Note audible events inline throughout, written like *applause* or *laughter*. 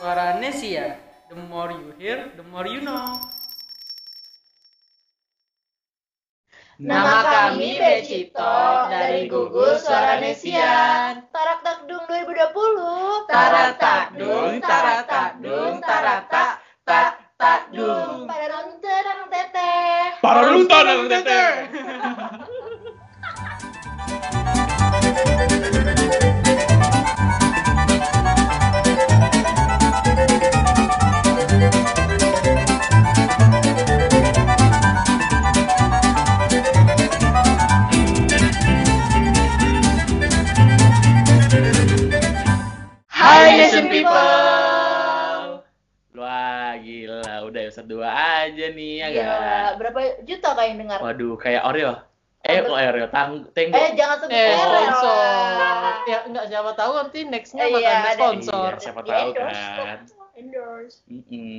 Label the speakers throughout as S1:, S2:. S1: suaranya sih ya the more you hear the more you know
S2: Nama kami Becipto dari gugus suara Nesian.
S3: Tarak Takdung 2020.
S2: Tarak takdung, tarak takdung, tarak tak tak takdung.
S3: Pada nonton Nang teteh.
S4: Para nonton Nang Teteh.
S2: Hai Nation People.
S4: Wah gila, udah episode 2 aja nih
S2: Iya,
S3: Iya,
S4: ya kan.
S3: Gila, berapa juta kayak yang dengar?
S4: Waduh, kayak Oreo. Eh,
S3: Apa?
S4: kok Oreo tang tenggo.
S3: Eh, jangan sebut
S2: Eh,
S3: merek
S2: sponsor.
S3: lah.
S2: Ya enggak siapa tahu nanti nextnya
S3: Eh,
S2: bakal
S3: iya,
S2: ada
S3: ada.
S2: sponsor.
S4: Iya. Siapa
S3: Di
S4: tahu
S3: endorse.
S4: kan.
S3: Endorse.
S4: Mm-mm.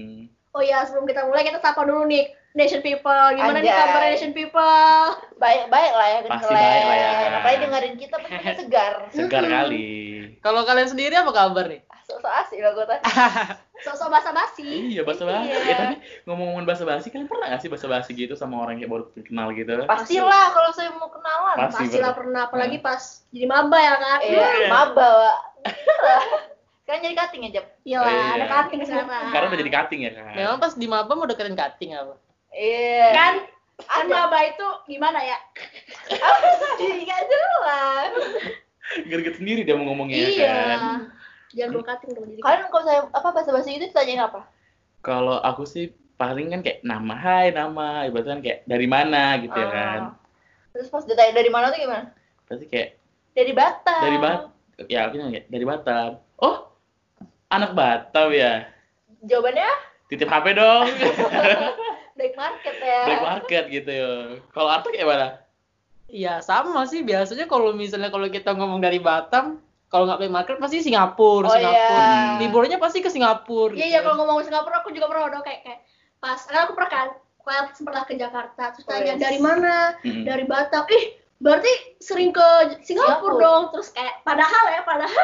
S3: Oh ya, sebelum kita mulai kita sapa dulu nih Nation People. Gimana nih
S2: Anjay.
S3: kabar Nation People? Baik-baik lah ya,
S4: Pasti baik lah ya, kan.
S3: Apalagi dengerin kita pasti
S2: *laughs*
S3: kita segar.
S4: Segar
S3: Mm-mm.
S4: kali.
S2: Kalau kalian sendiri apa kabar
S4: Eh.
S2: nih?
S3: Ah, Sok-sok asik lah gue tadi. Sok-sok basa-basi.
S4: Iya, bahasa basi.
S3: Iya.
S4: Ya, tapi ngomong-ngomong bahasa basi, kalian pernah gak sih bahasa basi gitu sama orang yang baru kenal gitu?
S3: Pastilah kalau saya mau kenalan.
S4: Pasti,
S3: Pastilah
S4: betul.
S3: pernah, apalagi
S4: Hah?
S3: pas jadi maba ya kan. Iya,
S4: Iya.
S3: maba. Wak. Iya Sekarang jadi cutting aja.
S1: iya
S4: lah, Iya. ada
S1: kating
S3: sekarang.
S4: Karena udah jadi cutting ya kan.
S2: Memang pas di Mabam udah keren cutting apa?
S3: Iya. *laughs*
S1: kan kan
S3: ada
S1: maba itu gimana ya
S3: apa sih? Gak Oh, jelas.
S4: Gerget sendiri dia mau ngomongnya ya
S1: iya
S4: kan.
S1: jangan dulu kating dong jadi
S3: Kalian kalau saya apa bahasa basi itu ditanyain apa?
S4: Kalau aku sih paling kan kayak nama, hai nama, ibaratnya kan kayak dari mana gitu
S1: Oh.
S4: ya
S3: Ah.
S4: kan.
S3: Terus pas ditanya dari mana tuh gimana?
S4: Pasti kayak
S3: Dari Batam.
S4: dari Bat ya aku nanya dari Batam oh anak Batam ya
S3: Jawabannya
S4: titip HP dong
S3: black market ya.
S4: black market gitu kalau Arta kayak mana
S2: Iya sama sih biasanya kalau misalnya kalau kita ngomong dari Batam kalau nggak play market pasti Singapura,
S3: Oh,
S2: Singapura.
S3: iya.
S2: Liburnya pasti ke Singapura.
S1: iya
S2: gitu.
S1: iya kalau ngomong Singapura aku juga pernah dong kayak kayak pas karena aku pernah kan kayak pernah ke Jakarta terus
S3: Oh, yes.
S1: tanya dari mana
S4: Mm-mm.
S1: dari Batam ih berarti sering ke Singapura,
S3: Singapura.
S1: dong terus kayak padahal ya
S4: *laughs*
S1: padahal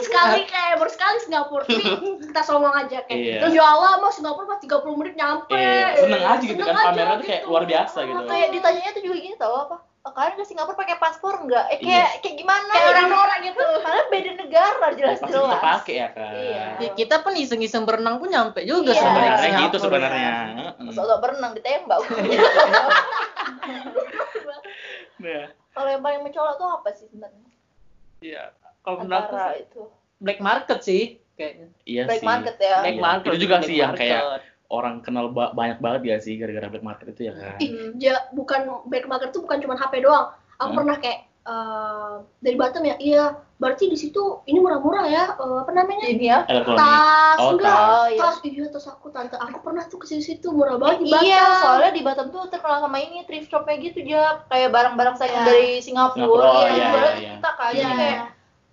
S1: sekali kayak baru sekali Singapura tapi kita sombong aja kayak
S4: Iya.
S1: terus ya Allah mau Singapura pas 30 menit nyampe
S4: Iya, seneng aja gitu
S1: Seneng
S4: kan,
S1: aja
S4: pamernya tuh kayak
S1: gitu.
S4: luar biasa gitu.
S1: Ah,
S3: Kayak ditanyanya tuh juga gini tau apa? Oh, kalian ke Singapura pakai paspor nggak? Eh
S4: Iya.
S3: kayak kayak gimana?
S1: kayak orang norak
S3: *laughs*
S1: gitu
S3: Padahal beda negara jelas-jelas.
S4: pasti kita pakai ya kan
S3: Iya.
S2: Ya, kita pun iseng-iseng berenang pun nyampe juga
S3: Iya.
S2: sampai ke
S4: sebenarnya gitu
S2: Singapura.
S4: sebenarnya Mm.
S3: Sok-sok berenang
S4: *laughs*
S3: ditembak.
S4: Nah,
S3: kalau yang paling mencolok tuh apa sih sebenarnya?
S4: iya kalau menurut aku
S3: Antara
S4: sih-
S3: itu.
S2: Black market sih kayaknya.
S4: iya
S3: Black
S4: sih.
S3: market ya.
S2: Black
S4: Iya.
S2: market.
S4: Itu juga
S2: black
S4: sih yang kayak
S2: market.
S4: orang kenal ba- banyak banget ya sih gara-gara black market itu ya kan.
S1: Ih, ja- bukan black market tuh bukan cuma HP doang. Aku
S4: Hmm.
S1: pernah kayak eh, dari Batam ya, iya. Berarti di situ ini murah-murah ya, eh, apa namanya?
S3: Ini ya.
S4: Elektronik.
S1: Tas,
S4: Oh,
S1: enggak.
S3: tas. Oh, iya.
S1: Tas, iya tas aku tante. Aku pernah tuh ke situ murah banget di Batam.
S3: Iya, soalnya di Batam tuh terkenal sama ini thrift shopnya gitu aja kayak barang-barang saya
S1: Ya.
S3: dari Singapura,
S4: Singapura,
S3: yang
S4: iya,
S3: dijualnya
S4: iya, iya.
S3: kita kan
S1: Iya.
S3: jadi kayak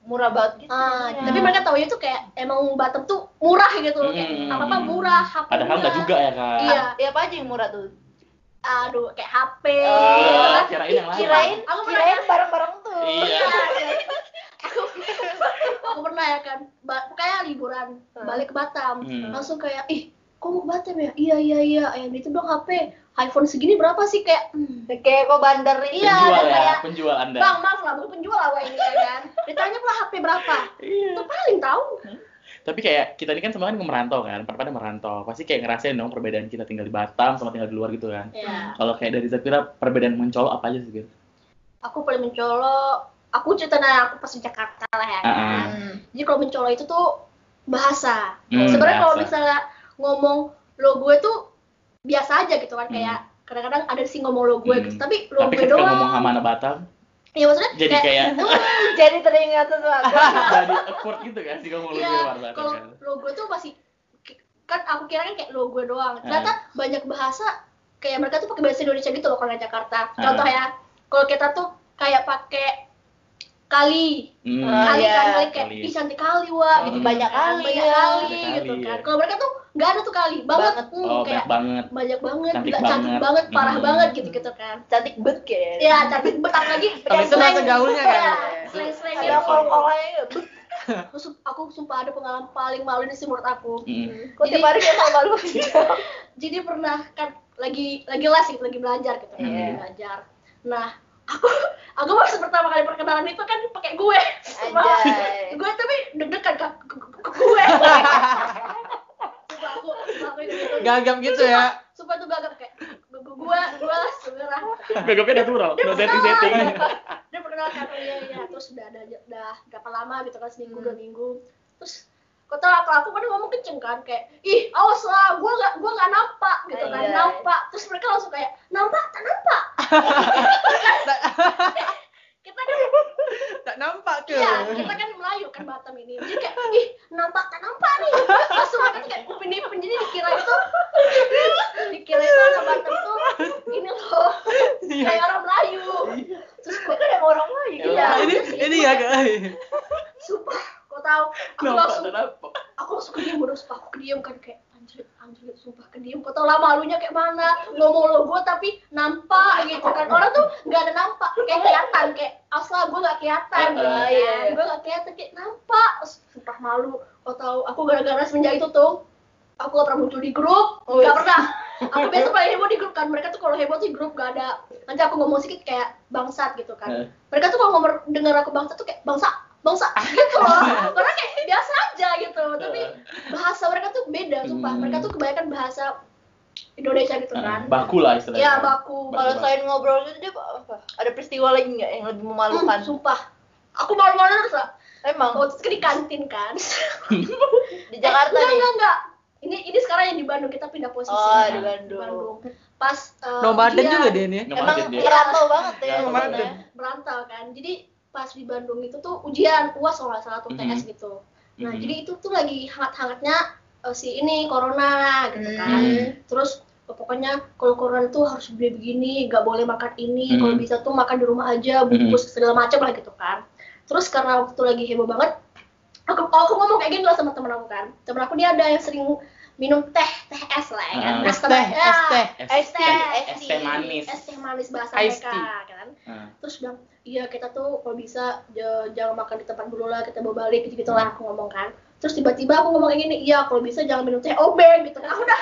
S3: murah banget gitu.
S1: Ah,
S3: ya.
S1: tapi mereka taunya tuh kayak emang Batam tuh murah gitu loh, kayak
S4: Hmm.
S1: apa-apa murah, HP
S4: Padahal
S1: murah.
S4: nggak juga ya kan.
S1: Iya.
S3: ya apa aja yang murah tuh?
S1: Aduh, kayak HP.
S3: Oh,
S1: gitu
S4: Iya,
S1: kan.
S4: kirain yang lain.
S3: Kirain,
S1: Aku pernah-
S3: kirain barang-barang tuh.
S4: Iya.
S1: aku pernah ya kan ba- kayak liburan
S3: Hmm.
S1: balik ke Batam
S4: Hmm.
S1: langsung kayak ih kok mau ke Batam ya iya iya iya yang itu dong HP iPhone segini berapa sih kayak hmm,
S3: Kayak kok bandar ini.
S1: Iya,
S4: penjual
S1: dan
S4: ya,
S1: kayak-
S4: penjual Anda.
S1: bang maaf lah bukan penjual lah ini ya kan ditanya pula HP berapa
S4: Iya.
S1: tuh paling tahu
S4: Tapi kayak kita ini kan semua kan merantau kan, pada merantau. Pasti kayak ngerasain dong perbedaan kita tinggal di Batam sama tinggal di luar gitu kan.
S1: ya
S4: Kalau kayak dari Zafira, perbedaan mencolok apa aja sih? Gitu?
S1: aku paling mencolok aku cerita nah, aku pas di Jakarta lah ya kan
S4: Ah,
S1: jadi kalau mencolok itu tuh bahasa
S4: Hmm,
S1: sebenarnya kalau
S4: bahasa.
S1: misalnya ngomong lo gue tuh biasa aja gitu kan kayak kadang-kadang ada sih ngomong lo gue
S4: Hmm.
S1: gitu, tapi lo
S4: Tapi
S1: gue
S4: ketika
S1: doang
S4: ngomong sama anak
S1: *laughs*
S4: Batam,
S1: ya maksudnya
S4: jadi
S1: *laughs*
S4: kayak
S3: *laughs*
S4: *laughs*
S3: Jadi teringat sesuatu.
S4: jadi awkward gitu kan sih ngomong lu di luar
S1: Iya,
S4: Batam
S1: kalau
S4: kan.
S1: logo tuh pasti kan aku kira kan kayak logo doang.
S4: Hmm.
S1: Ternyata banyak bahasa kayak mereka tuh pakai bahasa Indonesia gitu loh kalau di
S4: Ah.
S1: Jakarta. Contoh ya, kalau kita tuh kayak pakai kali,
S4: Hmm.
S3: Ah,
S1: kali
S3: iya.
S1: kan kali kayak
S4: Kali.
S1: ih cantik kali wah
S4: Hmm.
S1: gitu
S3: Banyak kali
S1: banyak
S3: ya.
S1: kali
S4: Banyak kali,
S1: gitu kan.
S4: iya.
S1: Kalau mereka tuh nggak ada tuh kali, banget,
S3: Banget.
S1: Hmm,
S4: oh,
S1: kayak
S4: banyak banget.
S1: banyak banget,
S4: Cantik
S1: gila, cantik
S4: banget.
S1: banget, parah
S4: Hmm.
S1: banget gitu-gitu kan.
S3: Cantik Iya, bet kayak.
S1: Iya. Ya, cantik banget lagi Iya.
S2: Tapi itu bahasa gaulnya kan.
S1: *laughs* Slang-slang ya.
S3: Ada kol-kolnya. bet.
S1: aku su- aku sumpah ada pengalaman paling malu ini sih menurut aku *laughs*
S4: Mm-mm.
S3: Kok tiap hari kayak sama lu?
S1: jadi pernah kan lagi lagi les gitu lagi belajar gitu kan,
S4: Iya.
S1: belajar nah aku *laughs* aku waktu pertama kali perkenalan itu kan pakai gue Sumpah.
S3: Anjay.
S1: *laughs* gue tapi deg-degan kak Ke- ke- ke
S2: *laughs*
S1: gue Sumpah aku sumpah aku gitu
S2: Gagap gitu ya.
S1: sumpah tuh gagap kayak gue gue gue gitu kan. lah segera
S4: Gagapnya natural, no setting setting.
S3: Iya.
S1: dia perkenalkan iya iya terus udah ada udah berapa lama gitu kan seminggu dua
S3: Hmm.
S1: minggu terus kau tahu aku aku kan ngomong kenceng kan kayak ih awas lah gue gak gue gak nampak gitu kan
S3: Iya.
S1: nampak terus mereka langsung kayak nampak tak nampak
S3: *laughs*
S1: kan, kita kan
S2: Tak nampak tuh.
S1: iya kita kan Melayu kan Batam ini jadi kayak ih nampak tak nampak nih langsung mereka tuh kayak upin ipin jadi dikira itu *laughs* dikira itu anak Batam tuh ini loh
S2: Iya.
S1: kayak orang Melayu terus
S3: Gue
S1: gue
S3: kan emang orang lagi.
S1: Iya.
S2: Ini ini ya guys.
S4: *laughs*
S1: sumpah kau tahu aku
S4: Nampak,
S1: langsung
S4: nampak.
S1: aku langsung kediem udah sumpah aku kediem kan kayak anjir anjir sumpah kediem kau tau lah malunya kayak mana ngomong lo gue tapi nampak gitu kan orang tuh nggak ada nampak kayak kelihatan kayak asal gue nggak kelihatan gitu
S4: Ah,
S1: kan
S3: iya, iya.
S1: gue nggak kelihatan kayak nampak sumpah malu kau tahu aku gara-gara semenjak itu tuh aku gak pernah muncul di grup
S3: Oh,
S1: nggak
S3: iya.
S1: pernah aku biasa paling heboh di grup kan mereka tuh kalau heboh tuh di grup gak ada nanti aku ngomong sedikit kayak bangsat gitu
S4: Eh.
S1: kan mereka tuh kalau ngomong denger aku bangsa tuh kayak bangsa bangsa
S3: Ah.
S1: gitu loh karena kayak biasa aja gitu tapi bahasa mereka tuh beda sumpah
S4: Hmm.
S1: mereka tuh kebanyakan bahasa Indonesia gitu kan
S4: Ah, Baku lah istilahnya.
S1: ya baku
S4: Baku.
S3: Kalau selain ngobrol gitu dia apa? Ada peristiwa lagi nggak yang lebih
S1: Hmm,
S3: memalukan?
S1: sumpah aku malu-malu terus lah
S3: Emang
S1: waktu itu di kantin kan
S3: di *laughs* Jakarta
S1: enggak,
S3: nih.
S1: enggak enggak ini ini sekarang yang di Bandung kita pindah posisi
S3: Oh,
S1: Di
S3: di Bandung.
S1: Bandung pas eh,
S2: Nomaden
S1: ujian,
S2: juga deh ini. ya.
S4: Nomor
S3: Emang
S4: aja dia.
S1: iya. Nah,
S3: merantau banget ya.
S4: Merantau
S3: sebenarnya.
S2: banget.
S1: berantau kan jadi pas di Bandung itu tuh ujian uas kalau nggak salah atau
S4: Mhm.
S1: TS gitu nah
S4: Mhm.
S1: jadi itu tuh lagi hangat-hangatnya eh, si ini corona gitu kan
S4: Mhm.
S1: terus eh, pokoknya kalau corona tuh harus beli begini nggak boleh makan ini
S4: Hmm.
S1: kalau bisa tuh makan di rumah aja bungkus
S4: Mm-hmm.
S1: segala macam lah gitu kan terus karena waktu lagi heboh banget aku aku ngomong kayak gini lah sama temen aku kan temen aku dia ada yang sering minum teh teh es lah ya kan
S4: Ah.
S1: Nah,
S2: Es teh,
S1: temen- ya,
S2: es teh.
S4: Iya.
S1: es teh
S4: es teh manis.
S1: es teh manis bahasa
S2: Iced
S1: mereka kan
S4: Ah.
S1: terus bilang iya kita tuh kalau bisa j- jangan makan di tempat dulu lah kita bawa balik gitu gitu lah aku ngomong kan terus tiba-tiba aku ngomong kayak gini iya kalau bisa jangan minum teh obeng gitu aku udah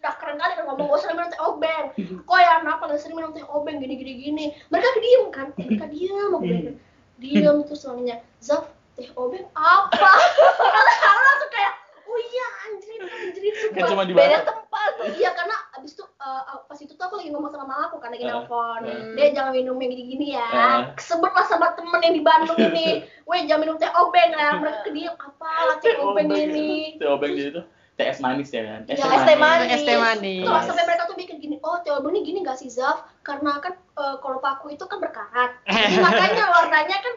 S1: udah keren kali kan ngomong gak usah minum teh
S4: *laughs*
S1: obeng kok ya kenapa gak sering minum teh obeng gini gini gini mereka diem kan mereka
S4: Hmm.
S1: diem aku bilang
S4: *laughs*
S1: diem terus suaminya Zaf teh obeng apa karena aku langsung kayak oh iya anjrit anjrit
S4: Kan
S1: sumpah
S4: cuma di
S3: Beda
S4: Batam.
S3: tempat.
S1: iya karena abis itu eh, pas itu tuh aku lagi ngomong sama mama aku kan
S4: Eh,
S1: lagi nelfon
S4: eh.
S1: dia jangan minum yang gini-gini ya
S4: Eh.
S1: sebutlah sama temen yang di Bandung ini weh jangan minum teh obeng lah mereka kediem apa teh obeng ini
S4: Teh obeng jadi tuh teh es manis ya kan.
S1: Ya,
S3: es teh manis.
S2: Es teh manis.
S1: Tuh, sampai mereka tuh mikir gini, oh teh obeng ini gini gak sih Zaf? Karena kan eh, kalau paku itu kan berkarat, Jadi makanya warnanya kan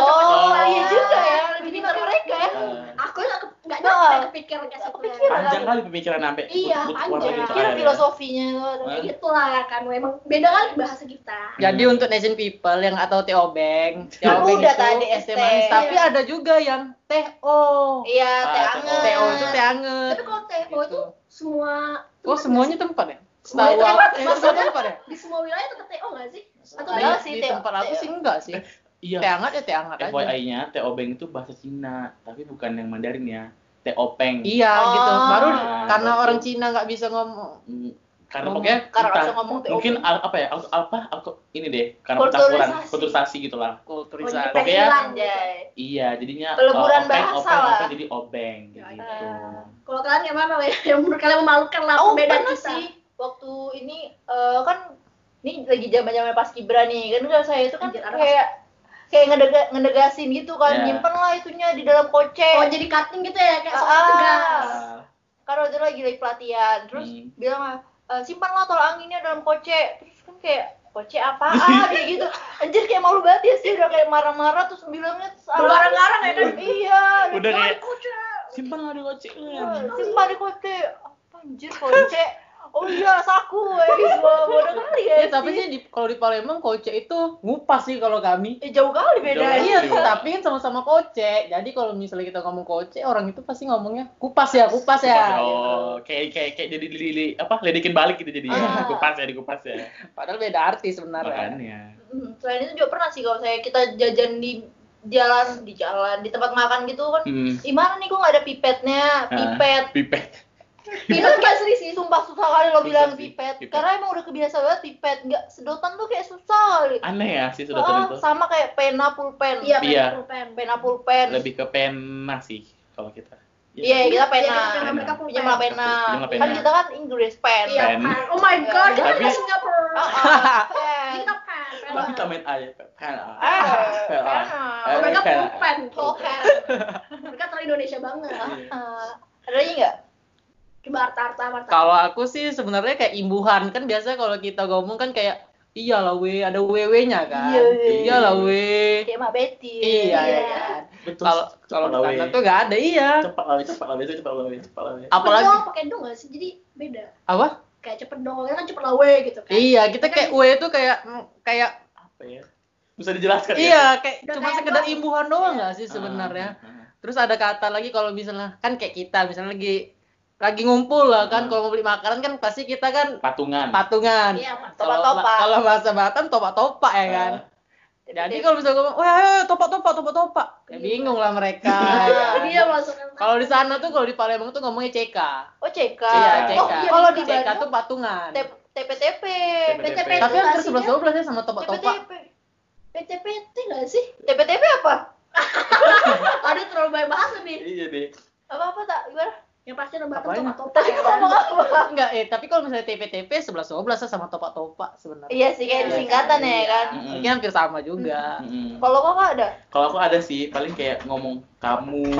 S3: Oh,
S1: coklat-coklat.
S3: iya juga ya. Lebih
S1: Jadi
S2: Iya.
S3: pintar mereka ya.
S4: Ah.
S1: Aku nggak ke- nggak
S3: Oh.
S1: nyampe kepikiran ke situ ya.
S3: Kepikiran.
S4: Panjang kali pemikiran sampai
S1: Iya,
S4: put- put-
S1: panjang.
S4: warna gitu
S3: Kira
S4: ya.
S3: filosofinya itu ada.
S1: Kayak gitulah kan, memang beda kali bahasa kita.
S2: Jadi untuk nation people yang atau teh obeng, teh
S4: Kan
S2: obeng
S3: udah
S2: itu
S3: tadi
S2: es
S3: es
S2: teh
S3: teh.
S2: manis, tapi
S1: Iya.
S2: ada juga yang teh o.
S3: Iya, teh
S4: Ah,
S3: anget.
S4: teh
S2: Teh o itu teh anget.
S1: Tapi kalau teh oh itu
S2: Gitu.
S1: semua
S2: Oh
S1: tempat
S2: semuanya
S1: nggak
S2: tempat ya?
S1: Semuanya
S2: Setahu aku,
S1: tempat,
S2: eh,
S1: maksudnya-
S2: semua tempat ya?
S1: sih? di semua wilayah tetap TO nggak sih? Atau
S3: Ada
S1: beda?
S3: sih,
S2: Di
S3: teh-
S2: tempat aku
S3: teh-
S2: sih enggak sih.
S4: Iya.
S2: Teh hangat ya teh hangat aja.
S4: FYI-nya teh obeng itu bahasa Cina, tapi bukan yang Mandarin ya. Teh openg.
S2: Iya
S3: Oh.
S2: gitu. Baru
S4: Ah,
S2: karena
S4: gitu.
S2: orang Cina nggak bisa ngomong.
S4: Mm, Karena
S2: Ngomong-
S4: pokoknya
S3: Karena
S4: entah,
S3: langsung ngomong teh
S4: mungkin
S3: obeng.
S4: al- apa ya? al- Apa? al- ini deh, karena
S3: Kulturisasi.
S4: percampuran, kulturisasi gitu lah.
S1: Oh,
S2: Kulturisasi.
S1: jadi
S4: Pokoknya-
S1: hilang gitu.
S3: Anjay.
S4: Iya, jadinya
S3: Peleburan
S4: uh, openg,
S3: bahasa
S4: openg,
S3: lah.
S4: openg jadi obeng
S1: Ya,
S4: gitu.
S1: Kalau kalian yang mana Wei? yang menurut kalian memalukan lah
S3: Oh,
S1: perbedaan
S3: pernah
S1: kita?
S3: sih. Waktu ini eh, kan ini lagi zaman-zaman pas Gibran nih. Kan kalau saya itu kan
S1: Anjir, arah.
S3: kayak kayak ngedega- ngedegasin gitu kan,
S4: Iya.
S3: nyimpen lah itunya di dalam kocek.
S1: Oh jadi cutting gitu ya kayak soal
S3: Ah.
S1: tegas.
S4: Ah,
S3: kan waktu itu lagi lagi pelatihan terus
S4: Hmm.
S3: bilang "Eh, simpanlah tolak anginnya dalam kocek terus kan kayak kocek apaan kayak gitu anjir kayak malu banget ya sih udah kayak marah-marah terus bilangnya
S1: Berlarang-larang ya kan?
S3: iya
S4: Udah
S3: udah
S4: kayak
S1: Kucing.
S2: iya.
S4: simpan lah di kocek lah.
S2: ya.
S3: simpan di kocek apa anjir kocek oh iya saku eh gitu bodoh kali ya,
S2: Ya, tapi sih di, kalau di Palembang kocek itu ngupas sih kalau kami.
S3: Eh, jauh kali
S4: Jauh.
S3: beda
S2: Iya,
S4: Iya.
S2: tapi kan sama-sama kocek. Jadi kalau misalnya kita ngomong kocek, orang itu pasti ngomongnya kupas ya, kupas ya.
S4: Oh, kayak kayak kayak jadi di, di- di- apa? Ledekin balik gitu jadi.
S3: Ah.
S4: Kupas ya, dikupas ya.
S2: iya. Padahal beda arti sebenarnya.
S4: Makanya.
S3: Hmm, selain itu juga pernah sih kalau saya kita jajan di jalan di jalan di tempat makan gitu kan
S4: *laughs* Hmm.
S3: Ih mana nih kok nggak ada pipetnya pipet
S4: Ah, pipet.
S3: itu nggak serius sih sumpah susah kali lo
S4: Susah
S3: bilang
S4: sih,
S3: pipet.
S4: pipet.
S3: karena emang udah kebiasaan banget pipet nggak sedotan tuh kayak susah kali
S4: Aneh ya sih
S3: Ah,
S4: sudah itu.
S3: sama kayak pena pulpen
S4: Iya.
S1: Iya, pen, pulpen.
S3: pena pulpen
S4: Lebih ke pena sih kalau kita.
S3: Iya, kita pena.
S1: Iya, kita pena, mereka pulpen.
S3: pinjam pena
S4: Pinjamlah pena.
S3: kan kita kan Inggris pen
S1: Iya,
S4: Pen.
S1: pen. Oh my god, kita
S4: Tapi-
S1: di Singapura.
S3: Ah, ah, pen. *laughs*
S1: Kita pen. pen.
S4: Tapi kita main aja. Pena.
S3: Eh,
S4: Pena.
S1: Oh,
S4: Eh,
S1: mereka
S4: pen.
S1: pulpen.
S3: pulpen
S1: Mereka terlalu Indonesia banget.
S4: Iya.
S3: Ah, ada lagi nggak
S1: Coba harta harta harta.
S2: Kalau aku sih sebenarnya kayak imbuhan kan biasa kalau kita ngomong kan kayak iyalah we ada wewe-nya kan.
S3: Iya, we.
S2: Iyalah
S4: Eh.
S2: we.
S3: kayak Mak Betty
S2: Iya,
S1: Iya.
S2: iya.
S4: Betul.
S2: Kalau kalau
S4: Cepat lah,
S2: di sana
S4: weh.
S2: tuh nggak ada iya.
S4: cepat lah, weh, cepat lah, weh, cepat lah, weh, cepat lah. weh.
S3: Ah.
S2: Apalagi
S1: Padahal pakai dong nggak sih? Jadi beda.
S2: apa?
S1: Kayak cepet dong, kan cepet lawe gitu kan.
S2: Iya, kita kayak we itu kayak mm, kayak
S4: Apa ya? Bisa dijelaskan ya?
S2: iya kayak
S1: Udah
S2: cuma
S1: kayak
S2: sekedar
S1: doang.
S2: imbuhan doang
S1: Iya.
S2: nggak sih
S4: Ah,
S2: sebenarnya.
S4: ah,
S2: Terus ada kata lagi kalau misalnya kan kayak kita misalnya lagi lagi ngumpul lah kan
S4: Hmm.
S2: kalau mau beli makanan kan pasti kita kan
S4: ah. Patungan.
S2: patungan.
S1: Iya, Pak.
S2: Kalau-
S3: Topak-topak.
S2: Kalau bahasa Batam topak-topak ya kan. Jadi kalau misalnya ngomong, wah ayo, topak-topak, topak-topak.
S3: Iya.
S2: Ya bingung lah mereka. ya.
S1: Dia langsung kan.
S2: Kalau di sana tuh kalau di Palembang tuh ngomongnya CK.
S3: oh CK
S2: Iya, CK.
S3: oh kalau di
S2: CK
S3: Bandung
S2: tuh patungan.
S3: T- TPTP
S1: PTP
S4: TPTP.
S2: kan. Tapi hampir
S1: Relasinya-
S2: sebelas dua belas ya sama topak-topak.
S3: TPTP
S1: PTPT nggak sih?
S3: TPTP apa
S1: Aduh terlalu banyak bahasa nih.
S4: Iya deh.
S3: apa apa tak gimana
S1: Yang pasti orang Batam
S2: Apanya?
S1: tuh topak
S3: ngomong apa
S2: Enggak, eh tapi kalau misalnya TPTP sebelas dua belas sama topak-topak sebenarnya. Iya.
S3: iya sih kayak singkatan ya kan
S4: Mm-mm.
S2: Mungkin hampir sama juga.
S4: Mm-mm.
S3: kalau kakak ada
S4: Kalau aku ada sih, paling kayak ngomong kamu.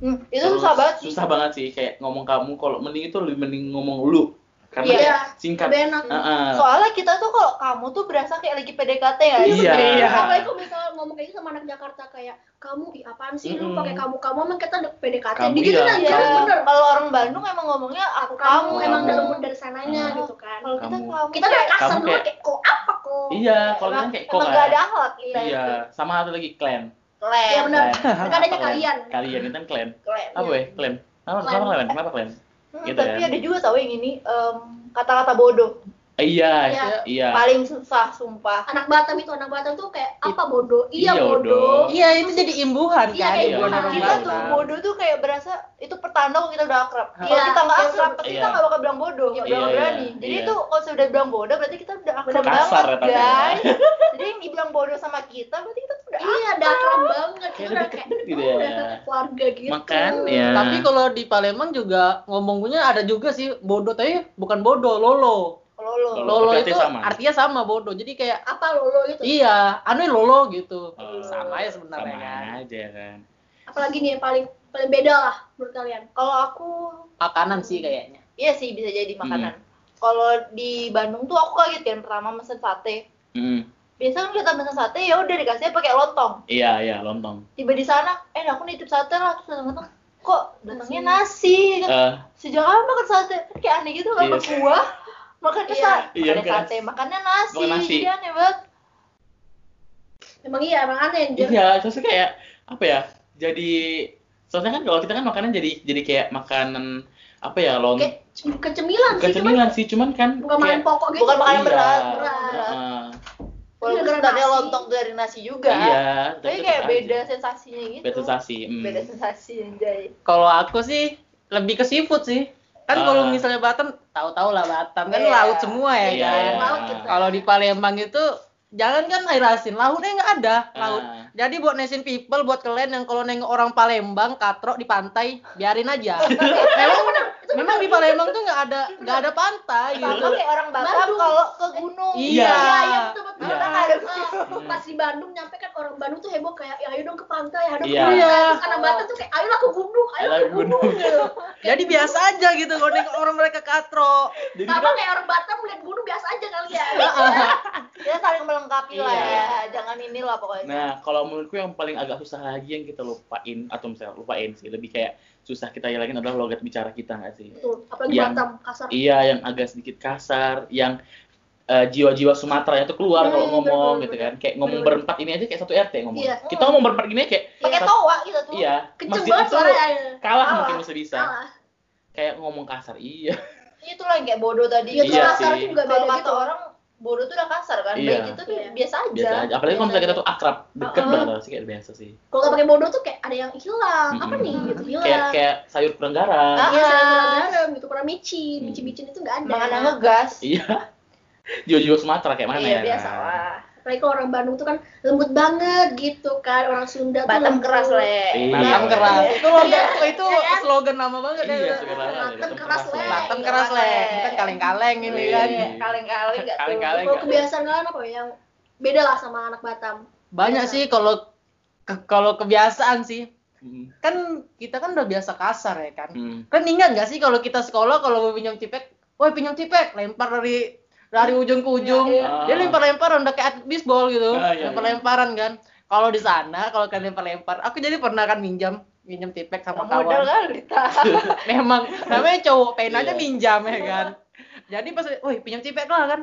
S3: Hmm, itu
S4: Terus
S3: susah banget sih
S4: Susah banget sih, kayak ngomong kamu. Kalau mending itu lebih mending ngomong lu. Karena
S3: Iya.
S4: kayak singkat.
S1: Lebih enak.
S4: Ah, ah.
S3: soalnya kita tuh kalau kamu tuh berasa kayak lagi PDKT ya
S4: Iya.
S2: Iya.
S1: Apalagi kalau misalnya ngomong kayak gitu sama anak Jakarta kayak kamu ih apaan sih lu
S4: Mm-mm.
S1: pakai kamu kamu emang kita ada PDKT
S4: Kamu
S1: gitu
S4: iya,
S1: kan
S3: Iya.
S1: kamu bener
S3: kalau orang Bandung emang ngomongnya aku
S1: kamu
S3: kamu
S4: Kamu.
S1: emang udah lembut dari sananya
S4: Ah.
S1: gitu kan
S3: kalau kita
S4: Kamu.
S3: kamu
S1: kita udah kasar
S4: Kamu
S1: dulu
S4: kayak-
S1: kayak kok apa kok
S4: Iya, kalau kan
S3: emang,
S4: kayak
S3: emang
S4: kok
S3: gak
S4: kan.
S3: ada akhlak kita
S4: Iya, sama satu lagi clan.
S3: Lem.
S1: Iya, benar.
S4: Clan.
S1: ya Kan adanya
S4: Apa clan?
S1: kalian. Iya.
S4: Kalian itu kan clan.
S3: Lem.
S4: Apa ya? Clan. Kenapa
S1: Clan.
S4: kenapa clan? Kenapa clan?
S3: Hmm,
S4: Gitu
S3: tapi
S4: kan.
S3: ada juga tau yang ini em, kata-kata bodoh
S4: Eh, Iya,
S1: Iya.
S4: iya.
S3: paling susah sumpah
S1: anak Batam itu anak Batam tuh kayak apa bodoh iya
S4: Iya, bodoh.
S1: bodoh
S2: Iya, itu jadi imbuhan
S1: Iya,
S2: kan.
S1: kayak
S2: imbuhan
S1: imbuhan.
S2: orang
S1: Iya,
S3: kita gitu tuh
S2: Batam.
S3: bodoh tuh kayak berasa itu pertanda kalau kita udah akrab. Kalau
S1: Iya,
S3: kita nggak
S1: iya,
S3: akrab,
S1: betul.
S3: pasti
S4: Iya.
S3: kita nggak bakal bilang bodoh, nggak
S1: Iya,
S3: bakal
S4: iya,
S3: berani. Jadi
S4: iya.
S3: itu kalau sudah bilang bodoh, berarti kita udah akrab
S1: Bener
S4: Kasar ya
S3: banget,
S4: tapi.
S3: guys. Jadi yang dibilang bodoh sama kita, berarti kita tuh udah
S1: iya ada akrab banget
S4: Kayak
S1: kita udah
S4: lebih
S1: kayak
S4: deket gitu
S1: oh,
S4: ya. iya.
S1: udah kayak keluarga gitu
S4: Makanya.
S2: Tapi kalau di Palembang juga ngomongnya ada juga sih bodoh tapi bukan bodoh, lolo.
S3: lolo.
S4: Lolo.
S2: Lolo
S4: tapi artinya
S2: itu
S4: sama.
S2: artinya sama bodoh. Jadi kayak
S1: apa lolo gitu
S2: iya, anu lolo gitu.
S4: Oh,
S2: sama ya
S4: sama
S2: sebenarnya kan.
S4: aja kan.
S1: apalagi nih yang paling paling beda lah menurut kalian
S3: Kalau aku,
S2: Makanan sih kayaknya.
S3: iya sih bisa jadi makanan. Kalau di Bandung tuh aku kaget kan pertama mesen sate.
S4: Mm.
S3: Biasa kan kita mesen sate ya udah dikasihnya pakai lontong.
S4: Iya, iya, lontong.
S3: Tiba di sana, eh aku nitip sate lah terus datang-datang kok datangnya
S1: Iya.
S3: nasi. Kan
S4: Eh,
S3: sejak kapan makan sate kan kayak aneh gitu kan
S4: Iya.
S3: makan buah makan
S1: Iya.
S3: sate
S4: Iya,
S3: makan
S4: kan.
S3: sate makannya nasi,
S4: Makan nasi.
S3: jadi aneh banget
S1: emang iya emang aneh anjir
S4: Iya, terus kayak apa ya? Jadi soalnya kan kalau kita kan makanan jadi jadi kayak makanan apa ya lon
S1: kayak ce- kecemilan
S4: bukan
S1: sih cuman
S4: cemilan sih cuman kan
S1: bukan makanan pokok gitu
S3: bukan makanan
S4: Iya. eh,
S3: berat
S1: Berat.
S4: Heeh.
S3: walaupun
S1: Gara-gara
S3: sebenarnya
S1: nasi.
S3: lontong dari nasi juga
S4: iya
S3: tapi
S4: tetep
S3: kayak
S4: aja.
S3: beda sensasinya gitu
S4: beda sensasi hmm.
S3: beda sensasi *laughs* anjay
S2: Kalau aku sih lebih ke seafood sih.
S4: Ah.
S2: Kan kalau misalnya Batam, tahu-tahu lah Batam kan
S3: Iya.
S2: laut semua
S4: Iya,
S2: ya kan.
S4: iya.
S1: Laut gitu.
S2: Kalau di Palembang itu jangan kan air asin, lautnya nggak ada, laut.
S4: Ah.
S2: Jadi buat nation people, buat kalian yang kalau nengok orang Palembang katrok di pantai, biarin
S3: *laughs*
S2: aja.
S3: gitu,
S1: Eh,
S2: memang memang di Palembang tuh nggak ada nggak ada pantai gitu.
S3: sama kayak orang Batam
S1: Bandung.
S3: kalau ke gunung
S2: Iya.
S1: Iya, iya betul betul.
S4: Iya.
S1: Karena ada
S4: Hmm.
S1: pas di Bandung nyampe kan orang Bandung tuh heboh kayak ya ayo dong ke pantai, ayo dong
S4: Iya.
S1: ke
S2: Iya.
S1: pantai. Terus anak Batam tuh kayak ayolah ke gunung, ayo
S4: Ayolah
S1: ke
S4: ke
S1: gunung.
S4: gunung.
S1: gitu.
S2: Jadi biasa aja gitu kalau nengok orang mereka katrok.
S4: *laughs* jadi kan,
S1: Sama kayak orang Batam melihat gunung biasa aja kali ya.
S3: kita saling melengkapi lah
S4: Iya.
S3: ya jangan inilah pokoknya
S4: Nah, kalau menurutku yang paling agak susah lagi yang kita lupain atau misalnya lupain sih, lebih kayak susah kita hilangin adalah logat bicara kita nggak sih?
S1: Betul, Gitu. apalagi
S4: Iya.
S1: Batam kasar.
S4: Iya, yang agak sedikit kasar, yang eh, jiwa-jiwa Sumatera itu keluar kalau
S1: Hmm,
S4: ngomong
S1: bener,
S4: gitu
S1: bener.
S4: kan. Kayak ngomong
S1: Bener.
S4: berempat ini aja kayak satu RT ngomong.
S1: Iya.
S4: Kita ngomong berempat gini aja kayak
S3: pakai
S4: sat-
S3: toa kita tuh
S4: Iya,
S1: Kenceng
S4: masjid
S1: banget
S4: itu
S1: suaranya.
S4: kalah
S1: Kalah.
S4: mungkin bisa bisa.
S1: Salah.
S4: Kayak ngomong kasar. Iya.
S3: itu lah yang kayak bodoh tadi
S1: Iya,
S4: Iya
S1: kasar
S4: sih.
S1: juga
S3: kalau
S1: beda
S3: kata
S1: gitu.
S3: orang bodoh tuh udah kasar kan
S4: Iya.
S3: baik itu tuh
S1: Iya.
S3: biasa aja
S4: biasa aja apalagi kalau misalnya kita tuh akrab deket
S3: Uh-uh.
S4: banget sih kayak biasa sih
S1: kalau nggak pakai bodoh tuh kayak ada yang hilang apa
S4: Mm-mm.
S1: nih gitu hilang
S4: kayak kayak sayur kurang garam
S3: Ah.
S1: Iya, kurang garam gitu, kurang micin,
S4: Hmm.
S1: micin-micin itu nggak ada.
S3: makan sama gas
S4: iya jiwa-jiwa Sumatera kayak mana
S3: iya
S4: ya
S3: biasa lah
S1: Apalagi kalau orang Bandung tuh kan lembut banget gitu kan, orang Sunda tuh
S3: Batam
S1: lembut.
S3: keras le
S4: Iya.
S2: Batam keras. Itu logo itu slogan lama banget ya.
S4: Iya, segala hal ada,
S1: Batam
S4: tetap
S1: keras,
S4: keras,
S1: Le.
S2: Batam keras le, bukan kaleng-kaleng ini
S4: Iya.
S2: kan.
S3: kaleng-kaleng nggak tuh
S4: Kaleng-kaleng.
S1: Kalau kebiasaan kalian apa ya, yang beda lah sama anak Batam?
S2: Banyak
S4: Iya.
S1: Biasa.
S2: sih kalau ke- kalau kebiasaan sih.
S4: Mm.
S2: Kan kita kan udah biasa kasar ya kan.
S4: Mm.
S2: Kan ingat nggak sih kalau kita sekolah kalau mau pinjam cipek, woi pinjam cipek, lempar dari dari ujung ke ujung.
S4: Iya, iya.
S2: Dia lempar-lemparan udah kayak atlet bisbol gitu.
S4: Ah, iya, iya.
S2: lempar-lemparan kan. Kalau di sana kalau kalian lempar-lempar, aku jadi pernah kan minjam minjam tipek sama
S3: Nggak modal
S2: kawan.
S3: kali ta
S2: Memang namanya cowok pengen aja
S4: Iya.
S2: minjam ya kan. Jadi pas woi pinjam tipek lah kan.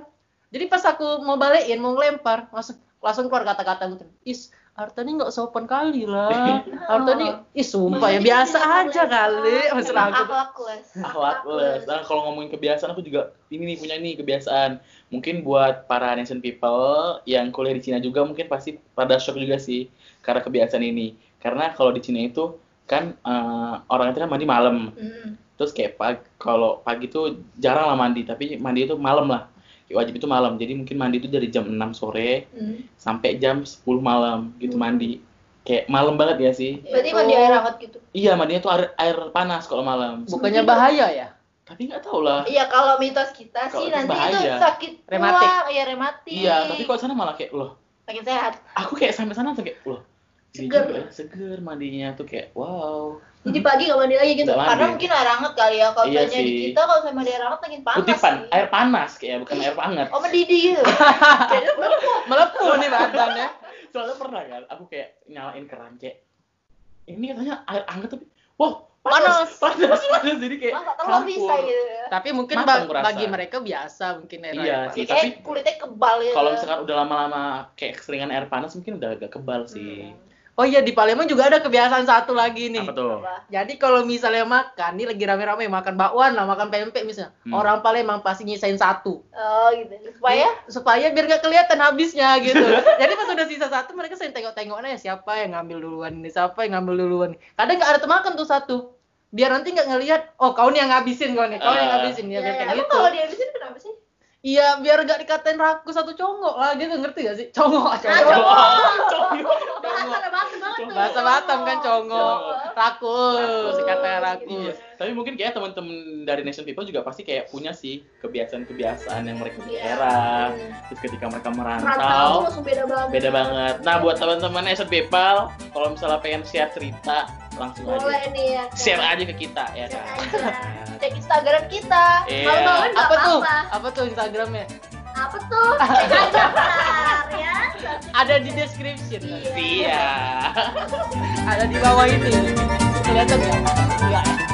S2: Jadi pas aku mau balikin mau lempar, langsung langsung keluar kata-kata gitu. Is Arta ini nggak sopan kali lah. Arta ini, ih sumpah ya
S1: Makanya
S2: biasa
S1: dia
S2: aja
S1: nggak
S2: kali.
S1: lempar.
S2: Maksud Iya, aku tuh.
S3: akhlak les
S4: akhlak les. Nah, kalau ngomongin kebiasaan aku juga ini nih punya nih kebiasaan. Mungkin buat para nation people yang kuliah di Cina juga mungkin pasti pada shock juga sih karena kebiasaan ini. Karena kalau di Cina itu kan eh, orang itu kan mandi malam.
S3: Hmm.
S4: Terus kayak pagi kalau pagi tuh jarang lah mandi, tapi mandi itu malam lah. Kayak wajib itu malam. Jadi mungkin mandi itu dari jam 6 sore
S3: Hmm.
S4: sampai jam 10 malam gitu mandi. Kayak malam banget ya sih.
S3: berarti
S2: Itu-
S3: mandi air hangat gitu
S4: Iya, mandinya tuh air, air panas kalau malam.
S2: Bukannya bahaya ya?
S4: Tapi nggak tahu lah.
S3: Iya kalau mitos kita
S4: Kalau
S3: sih
S4: itu
S3: nanti itu
S4: bahaya.
S3: sakit
S2: Rematik.
S3: tulang, iya rematik.
S4: Iya, tapi kalau di sana malah kayak loh,
S3: sakit sehat.
S4: aku kayak sampai sana tuh kayak loh ini
S1: Seger.
S4: juga ya, seger mandinya tuh kayak wow
S1: Jadi pagi nggak mandi lagi gitu.
S4: Nggak mandi.
S3: Karena mungkin air hangat kali ya kalau
S4: Iya
S3: misalnya di
S4: sih.
S3: kita kalau sama di air hangat makin panas.
S4: kutipan
S3: sih.
S4: air panas kayak bukan air hangat
S3: Oh mendidih gitu. Jadi
S2: Melepuh nih badan ya.
S4: soalnya pernah kan aku kayak nyalain keran kayak ini katanya air hangat tapi wow
S2: Panas.
S4: panas panas panas jadi kayak
S3: masa telur bisa
S4: campur.
S3: gitu.
S2: Tapi mungkin
S4: Matang
S2: ba-
S4: kurasa.
S2: bagi mereka biasa mungkin ya.
S4: Iya
S2: Pak.
S4: sih,
S3: Kayak
S4: tapi-
S3: kulitnya kebal gitu.
S4: kalau misalkan udah lama-lama kayak keseringan air panas mungkin udah agak kebal sih
S3: Hmm.
S2: Oh iya di Palembang juga ada kebiasaan satu lagi nih.
S4: apa tuh
S3: Apa?
S2: Jadi kalau misalnya makan, nih lagi rame-rame makan bakwan lah, makan pempek misalnya.
S4: Hmm.
S2: Orang Palembang pasti nyisain satu.
S3: Oh gitu. Supaya
S2: Supaya biar gak kelihatan habisnya gitu. *laughs* Jadi pas udah sisa satu mereka sering tengok-tengok aja siapa yang ngambil duluan nih, siapa yang ngambil duluan. Kadang nggak ada temakan tuh satu. Biar nanti nggak ngelihat, oh kau nih yang ngabisin kau nih, kau yang
S4: Ah.
S2: ngabisin ya,
S1: Iya,
S2: biar
S1: iya.
S2: kayak
S3: emang
S2: gitu.
S3: kalau dia habisin kenapa sih?
S2: Iya, biar gak dikatain rakus satu congok lah gitu, ngerti gak sih? Congok,
S1: Ah,
S2: congok.
S4: Cowok.
S1: Bahasa ada Batam banget tuh.
S2: Bahasa Batam kan congok,
S4: Congok.
S2: rakus,
S4: Rakus.
S2: katanya
S4: Iya.
S2: rakus.
S4: Tapi mungkin kayak teman-teman dari Nation People juga pasti kayak punya sih kebiasaan-kebiasaan yang mereka di
S1: Iya.
S4: daerah. Terus ketika mereka
S1: Merantau tuh
S4: merantau,
S1: langsung beda banget.
S4: beda banget. Nah, buat teman-teman Nation People, kalau misalnya pengen share cerita, langsung
S1: Boleh
S4: aja
S1: nih ya. kan?
S4: share aja ke kita ya
S1: Share
S4: kan.
S1: aja.
S3: Cek Instagram kita.
S4: Iya.
S1: Malu-maluin nggak
S2: Apa tuh?
S1: apa-apa.
S2: Apa tuh Instagramnya?
S1: Apa tuh? Cek aja Far, ya.
S2: Ada di description.
S1: Iya.
S4: Iya.
S2: Ada di bawah ini. Kelihatan nggak? Nggak.